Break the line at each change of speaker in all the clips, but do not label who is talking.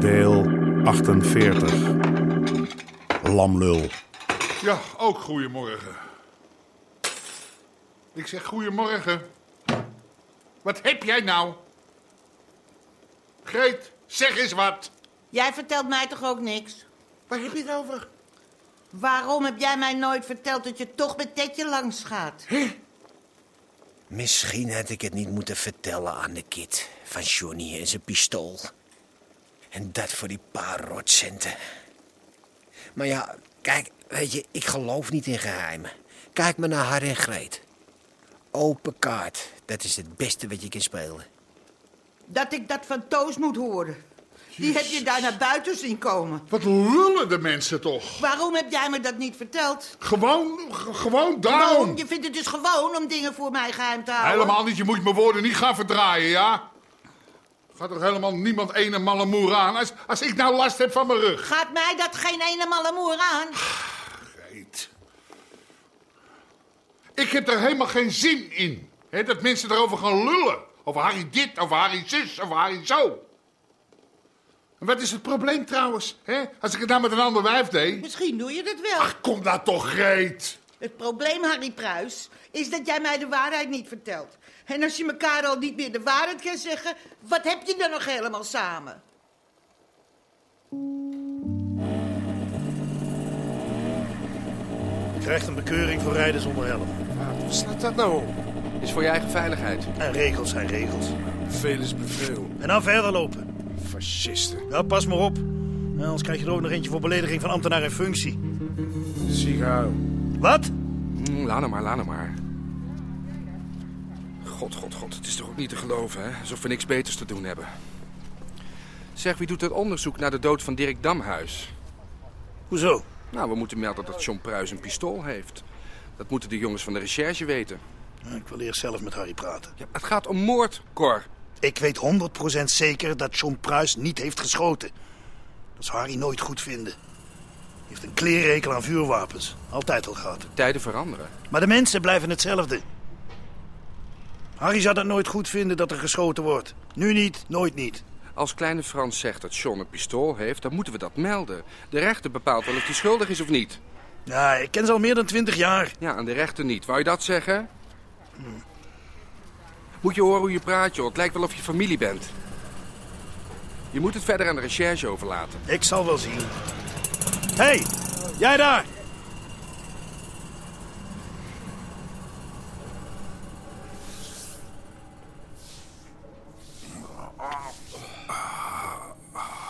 Deel 48. Lamlul.
Ja, ook goedemorgen. Ik zeg goedemorgen. Wat heb jij nou? Greet, zeg eens wat.
Jij vertelt mij toch ook niks?
Waar heb je het over?
Waarom heb jij mij nooit verteld dat je toch met Tetje langs gaat?
Misschien had ik het niet moeten vertellen aan de kid van Johnny en zijn pistool. En dat voor die paar rotcenten. Maar ja, kijk, weet je, ik geloof niet in geheimen. Kijk maar naar haar en Greet. Open kaart, dat is het beste wat je kan spelen.
Dat ik dat van Toos moet horen. Die heb je daar naar buiten zien komen.
Wat lullen de mensen toch?
Waarom heb jij me dat niet verteld?
Gewoon, g- gewoon
Waarom?
down.
Je vindt het dus gewoon om dingen voor mij geheim te houden.
Helemaal niet, je moet mijn woorden niet gaan verdraaien, ja? Gaat toch helemaal niemand ene malle moer aan als, als ik nou last heb van mijn rug?
Gaat mij dat geen ene malle moer aan?
Greet. Ik heb er helemaal geen zin in. Hè, dat mensen erover gaan lullen. Over Harry dit, over Harry zus, over Harry zo. En wat is het probleem trouwens? Hè? Als ik het nou met een ander wijf deed.
Misschien doe je dat wel.
Ach, kom daar toch, Greet.
Het probleem, Harry Pruis, is dat jij mij de waarheid niet vertelt. En als je elkaar al niet meer de waarheid kan zeggen, wat heb je dan nog helemaal samen?
krijgt een bekeuring voor rijden zonder helm.
Wat slaat dat nou op? Is voor je eigen veiligheid.
En regels zijn regels.
Veel is beveel.
En dan verder lopen.
Fascisten.
Ja, pas maar op. Eh, Anders krijg je er ook nog eentje voor belediging van ambtenaar in functie.
Ziekenhuis.
Wat?
Mm, Laat hem maar, laat hem maar. God, god, god. Het is toch ook niet te geloven, hè? Alsof we niks beters te doen hebben. Zeg, wie doet dat onderzoek naar de dood van Dirk Damhuis?
Hoezo?
Nou, we moeten melden dat John Pruis een pistool heeft. Dat moeten de jongens van de recherche weten.
Nou, Ik wil eerst zelf met Harry praten.
Ja, het gaat om moord, Cor.
Ik weet 100% zeker dat John Pruis niet heeft geschoten. Dat zou Harry nooit goed vinden. Hij heeft een kleerrekel aan vuurwapens. Altijd al gehad.
Tijden veranderen.
Maar de mensen blijven hetzelfde. Harry zou dat nooit goed vinden dat er geschoten wordt. Nu niet, nooit niet.
Als kleine Frans zegt dat John een pistool heeft, dan moeten we dat melden. De rechter bepaalt wel of hij schuldig is of niet.
Ja, ik ken ze al meer dan 20 jaar.
Ja, aan de rechter niet. Wou je dat zeggen? Moet je horen hoe je praat, joh. Het lijkt wel of je familie bent. Je moet het verder aan de recherche overlaten.
Ik zal wel zien. Hé, hey, jij daar!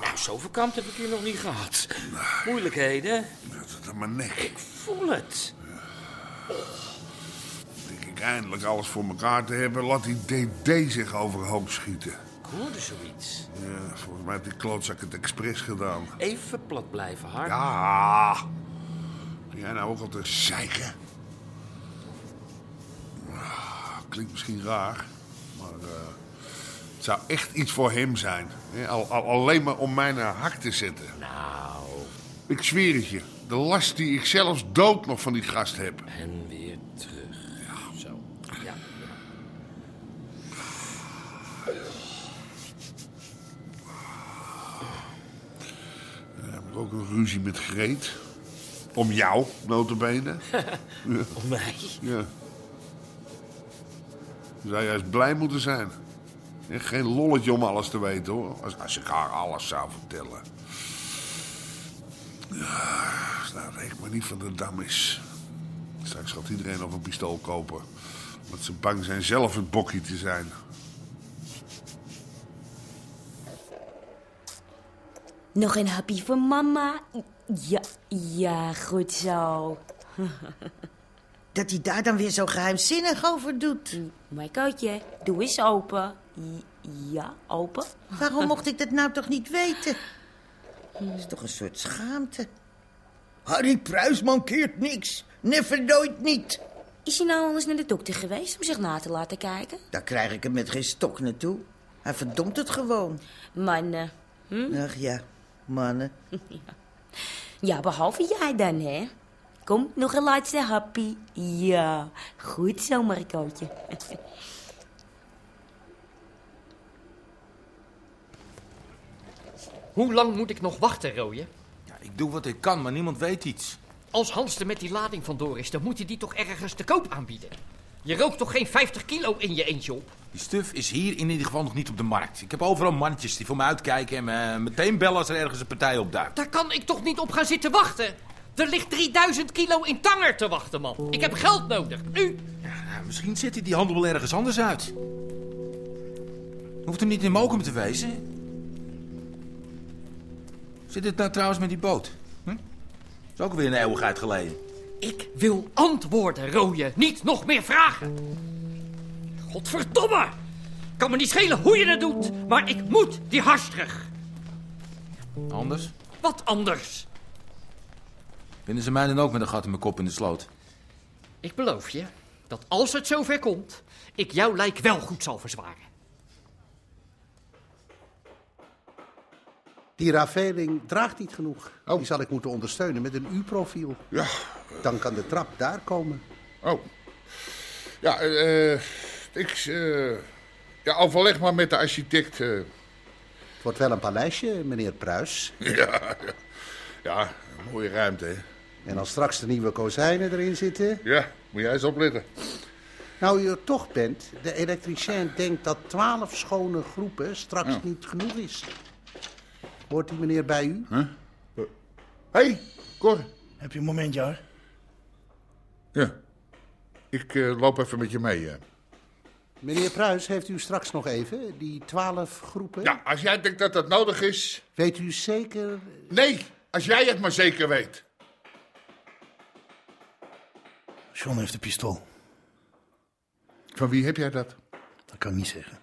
Nou, zoveel kamp heb ik hier nog niet gehad. Moeilijkheden,
Dat is aan mijn nek.
ik voel het.
Denk ik eindelijk alles voor elkaar te hebben. Laat die DD zich overhoop schieten.
Ik hoorde zoiets.
Ja, volgens mij heeft die klootzak het expres gedaan.
Even plat blijven, Harm.
Ja. Ben jij nou ook al te zeiken? Ah, Klinkt misschien raar, maar eh, het zou echt iets voor hem zijn. Hè? Al, al- alleen maar om mij naar hak te zetten.
Nou,
Ik zweer het je, de last die ik zelfs dood nog van die gast heb.
en weer terug. Zo, ja.
Dan heb ik ook een ruzie met Greet. Om jou, notabene.
Om mij.
Ja. Je zou juist blij moeten zijn. En geen lolletje om alles te weten hoor. Als, als ik haar alles zou vertellen. Ja, nou, reken maar niet van de dam is. Straks gaat iedereen nog een pistool kopen. Omdat ze bang zijn zelf het bokkie te zijn.
Nog een hapje voor mama. Ja, ja, goed zo.
Dat hij daar dan weer zo geheimzinnig over doet.
Mijn kootje, doe eens open. I- Ja, open.
Waarom mocht ik dat nou toch niet weten? Dat is toch een soort schaamte. Harry Pruis mankeert niks. Never nooit niet.
Is hij nou anders naar de dokter geweest om zich na te laten kijken?
Daar krijg ik hem met geen stok naartoe. Hij verdomt het gewoon.
Maar, eh,
Hm?
Ach ja, mannen.
ja, behalve jij dan, hè? Kom, nog een laatste happy. Ja, goed zo, Marcootje.
Hoe lang moet ik nog wachten, Rooie?
Ja, ik doe wat ik kan, maar niemand weet iets.
Als Hans er met die lading vandoor is, dan moet hij die toch ergens te koop aanbieden. Je rookt toch geen 50 kilo in je eentje op?
Die stuf is hier in ieder geval nog niet op de markt. Ik heb overal mannetjes die voor me uitkijken en me meteen bellen als er ergens een partij opduikt.
Daar kan ik toch niet op gaan zitten wachten? Er ligt 3000 kilo in tanger te wachten, man. Ik heb geld nodig, nu.
Nou, misschien zet hij die handel wel ergens anders uit. Hoeft hem niet in Mokum te wezen. Zit het nou trouwens met die boot? Hm? is ook weer een eeuwigheid geleden.
Ik wil antwoorden, Rooie. Niet nog meer vragen. Godverdomme! Kan me niet schelen hoe je dat doet, maar ik moet die hars terug.
Anders?
Wat anders?
Vinden ze mij dan ook met een gat in mijn kop in de sloot?
Ik beloof je dat als het zover komt, ik jouw lijk wel goed zal verzwaren.
Die raveling draagt niet genoeg. Die zal ik moeten ondersteunen met een U-profiel.
Ja.
Dan kan de trap daar komen.
Oh. Ja, eh. eh, ik. eh, ja, overleg maar met de architect. eh.
Het wordt wel een paleisje, meneer Pruis.
ja, ja. Ja, mooie ruimte, hè?
En als straks de nieuwe kozijnen erin zitten...
Ja, moet jij eens opletten.
Nou, u er toch bent, de elektricien denkt dat twaalf schone groepen straks niet genoeg is. Hoort die meneer bij u?
Hé, hey, Cor.
Heb je een momentje, hoor?
Ja. Ik eh, loop even met je mee. eh.
Meneer Pruis, heeft u straks nog even die twaalf groepen?
Ja, als jij denkt dat dat nodig is.
Weet u zeker...
Nee, als jij het maar zeker weet.
John heeft een pistool.
Van wie heb jij dat?
Dat kan ik niet zeggen.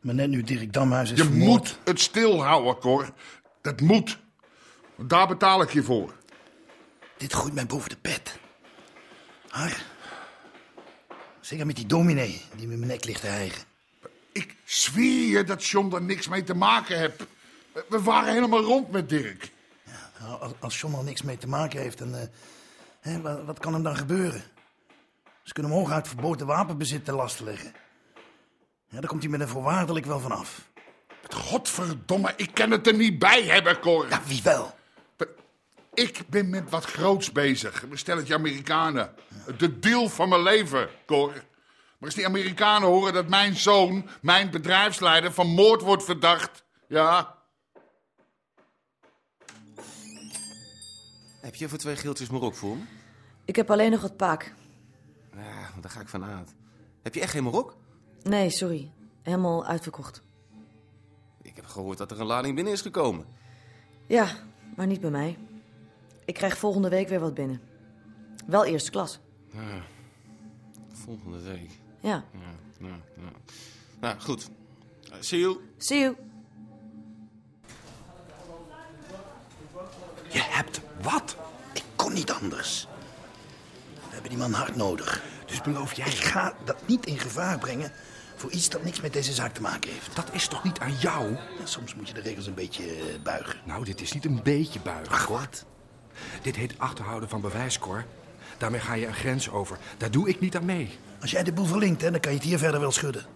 Maar net nu Dirk Damhuis is
Je
vermoord-
moet het stilhouden, Cor. Dat moet. Want daar betaal ik je voor.
Dit gooit mij boven de pet. Har. Zeker met die dominee die met mijn nek ligt te hijgen.
Ik zweer je dat John daar niks mee te maken heeft. We- We waren helemaal rond met Dirk.
Nou, als- Als John al niks mee te maken heeft, dan, eh, hè, wa- wat, kan hem dan gebeuren? Ze kunnen hem hooguit verboden wapenbezit ten laste leggen. Ja, daar komt hij met een voorwaardelijk wel vanaf.
Godverdomme, ik kan het er niet bij hebben, Cor.
Ja, wie wel?
Ik ben met wat groots bezig. Stel het je Amerikanen. De deal van mijn leven, Cor. Maar als die Amerikanen horen dat mijn zoon, mijn bedrijfsleider, van moord wordt verdacht. Ja,
Heb je voor twee geeltjes Marok voor me?
Ik heb alleen nog wat paak.
Ja, daar ga ik van uit. Heb je echt geen Marok?
Nee, sorry. Helemaal uitverkocht.
Ik heb gehoord dat er een lading binnen is gekomen.
Ja, maar niet bij mij. Ik krijg volgende week weer wat binnen. Wel eerste klas.
Ja, volgende week.
Ja.
Ja, ja, ja. Nou, goed. Eh, See you.
See you.
Je hebt wat? Ik kon niet anders. We hebben die man hard nodig. Dus beloof jij... Ik ga dat niet in gevaar brengen voor iets dat niks met deze zaak te maken heeft. Dat is toch niet aan jou? soms moet je de regels een beetje eh, buigen.
Nou, dit is niet een beetje buigen. wat? Dit heet achterhouden van bewijs, Cor. Daarmee ga je een grens over. Daar doe ik niet aan mee.
Als jij de boel verlinkt, hè, dan kan je het hier verder wel schudden.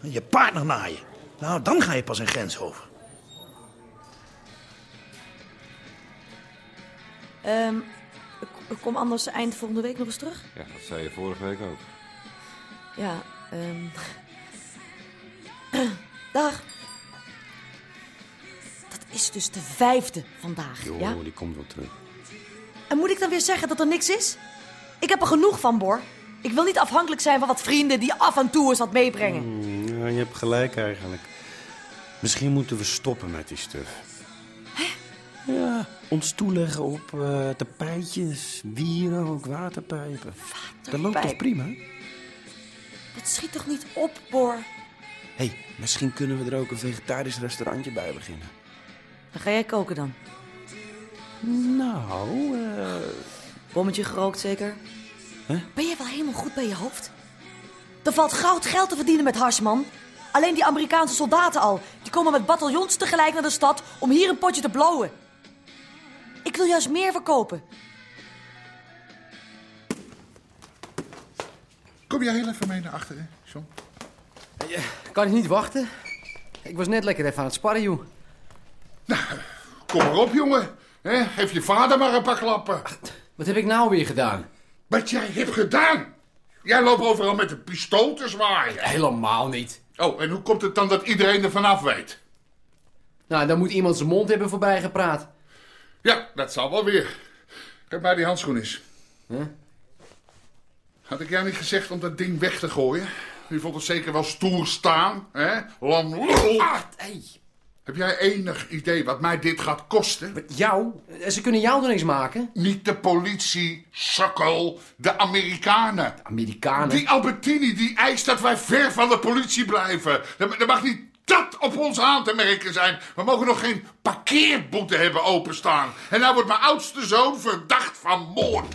En Je partner naaien. Nou, dan ga je pas een grens over.
Ehm, ik- ik kom anders eind volgende week nog eens terug.
Ja, dat zei je vorige week ook.
Ja. ehm. Dag. Dat is dus de vijfde vandaag,
Joh,
ja?
Oh, die komt wel terug.
En moet ik dan weer zeggen dat er niks is? Ik heb er genoeg van, Bor. Ik wil niet afhankelijk zijn van wat vrienden die af en toe eens wat meebrengen.
Hmm, ja, je hebt gelijk eigenlijk. Misschien moeten we stoppen met die stuf. Ja, Ons toeleggen op eh tapijtjes, wierook, waterpijpen. Dat loopt toch prima?
Dat schiet toch niet op, Bor?
Hé, hey, misschien kunnen we er ook een vegetarisch restaurantje bij beginnen.
Dan ga jij koken dan.
Nou, eh...
Bommetje gerookt zeker?
Hè?
Ben je wel helemaal goed bij je hoofd? Er valt goud geld te verdienen met hars, man. Alleen die Amerikaanse soldaten al. Die komen met bataljons tegelijk naar de stad om hier een potje te blowen. Ik wil juist meer verkopen.
Kom jij heel even mee naar achteren, John?
Kan ik niet wachten? Ik was net lekker even aan het sparren, joh.
Kom maar op, jongen. Hè, geef je vader maar een paar klappen.
Wat heb ik nou weer gedaan?
Wat jij hebt gedaan? Jij loopt overal met een pistool te zwaaien.
Helemaal niet.
Oh, en hoe komt het dan dat iedereen er vanaf weet?
Nou, dan moet iemand zijn mond hebben voorbij gepraat.
Ja, dat zal wel weer. Geef mij die handschoen eens.
Huh?
Had ik jou niet gezegd om dat ding weg te gooien? Je vond het zeker wel stoer staan, hè? Lam lul. Heb jij enig idee wat mij dit gaat kosten?
Jou? Eh, Ze kunnen jou er niks maken.
Niet de politie, sukkel. De Amerikanen.
Amerikanen?
Die Albertini die eist dat wij ver van de politie blijven. Er, er mag niet dat op ons aan te merken zijn. We mogen nog geen parkeerboete hebben openstaan. En nou wordt mijn oudste zoon verdacht van moord.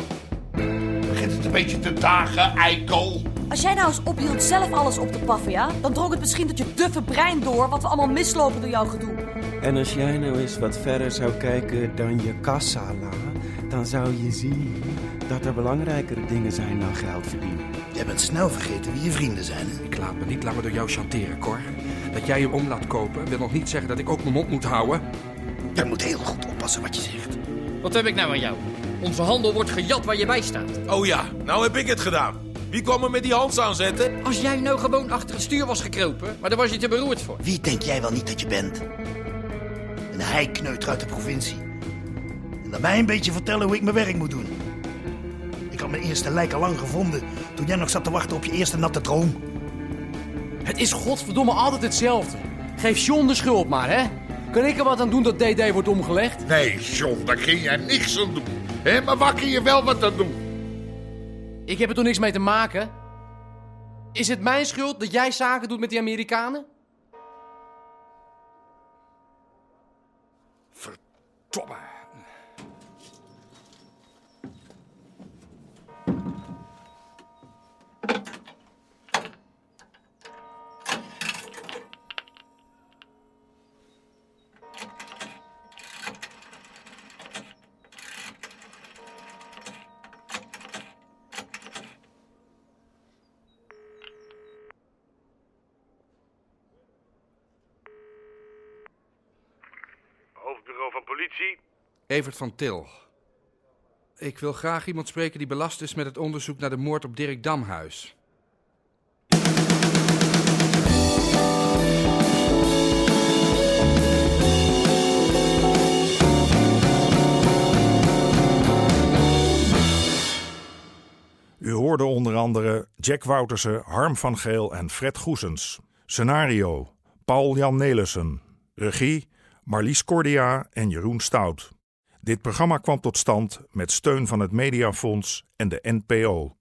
Begint het een beetje te dagen, eikel?
Als jij nou eens ophield zelf alles op te paffen, ja? Dan drong het misschien tot je duffe brein door wat we allemaal mislopen door jouw gedoe.
En als jij nou eens wat verder zou kijken dan je kassala, dan zou je zien dat er belangrijkere dingen zijn dan geld verdienen.
Jij bent snel vergeten wie je vrienden zijn. Ik laat me niet langer door jou chanteren, Cor. Dat jij hem om laat kopen wil nog niet zeggen dat ik ook mijn mond moet houden. Jij moet heel goed oppassen wat je zegt.
Wat heb ik nou aan jou? Onze handel wordt gejat waar je bij staat.
Oh ja, nou heb ik het gedaan. Wie kwam er met die hand aanzetten?
Als jij nou gewoon achter het stuur was gekropen, maar daar was je te beroerd voor.
Wie denk jij wel niet dat je bent? Een heikneuter uit de provincie. En dan mij een beetje vertellen hoe ik mijn werk moet doen. Ik had mijn eerste lijk al lang gevonden toen jij nog zat te wachten op je eerste natte droom.
Het is godverdomme altijd hetzelfde. Geef John de schuld maar, hè? Kan ik er wat aan doen dat DD wordt omgelegd?
Nee, John, daar kun jij niks aan doen. Hé, maar waar kun je wel wat aan doen?
Ik heb er toch niks mee te maken? Is het mijn schuld dat jij zaken doet met die Amerikanen?
Tobbe.
Hoofdbureau van politie.
Evert van Til. Ik wil graag iemand spreken die belast is met het onderzoek naar de moord op Dirk Damhuis.
U hoorde onder andere Jack Woutersen, Harm van Geel en Fred Goesens. Scenario: Paul-Jan Nelissen. Regie: Marlies Cordia en Jeroen Stout. Dit programma kwam tot stand met steun van het Mediafonds en de NPO.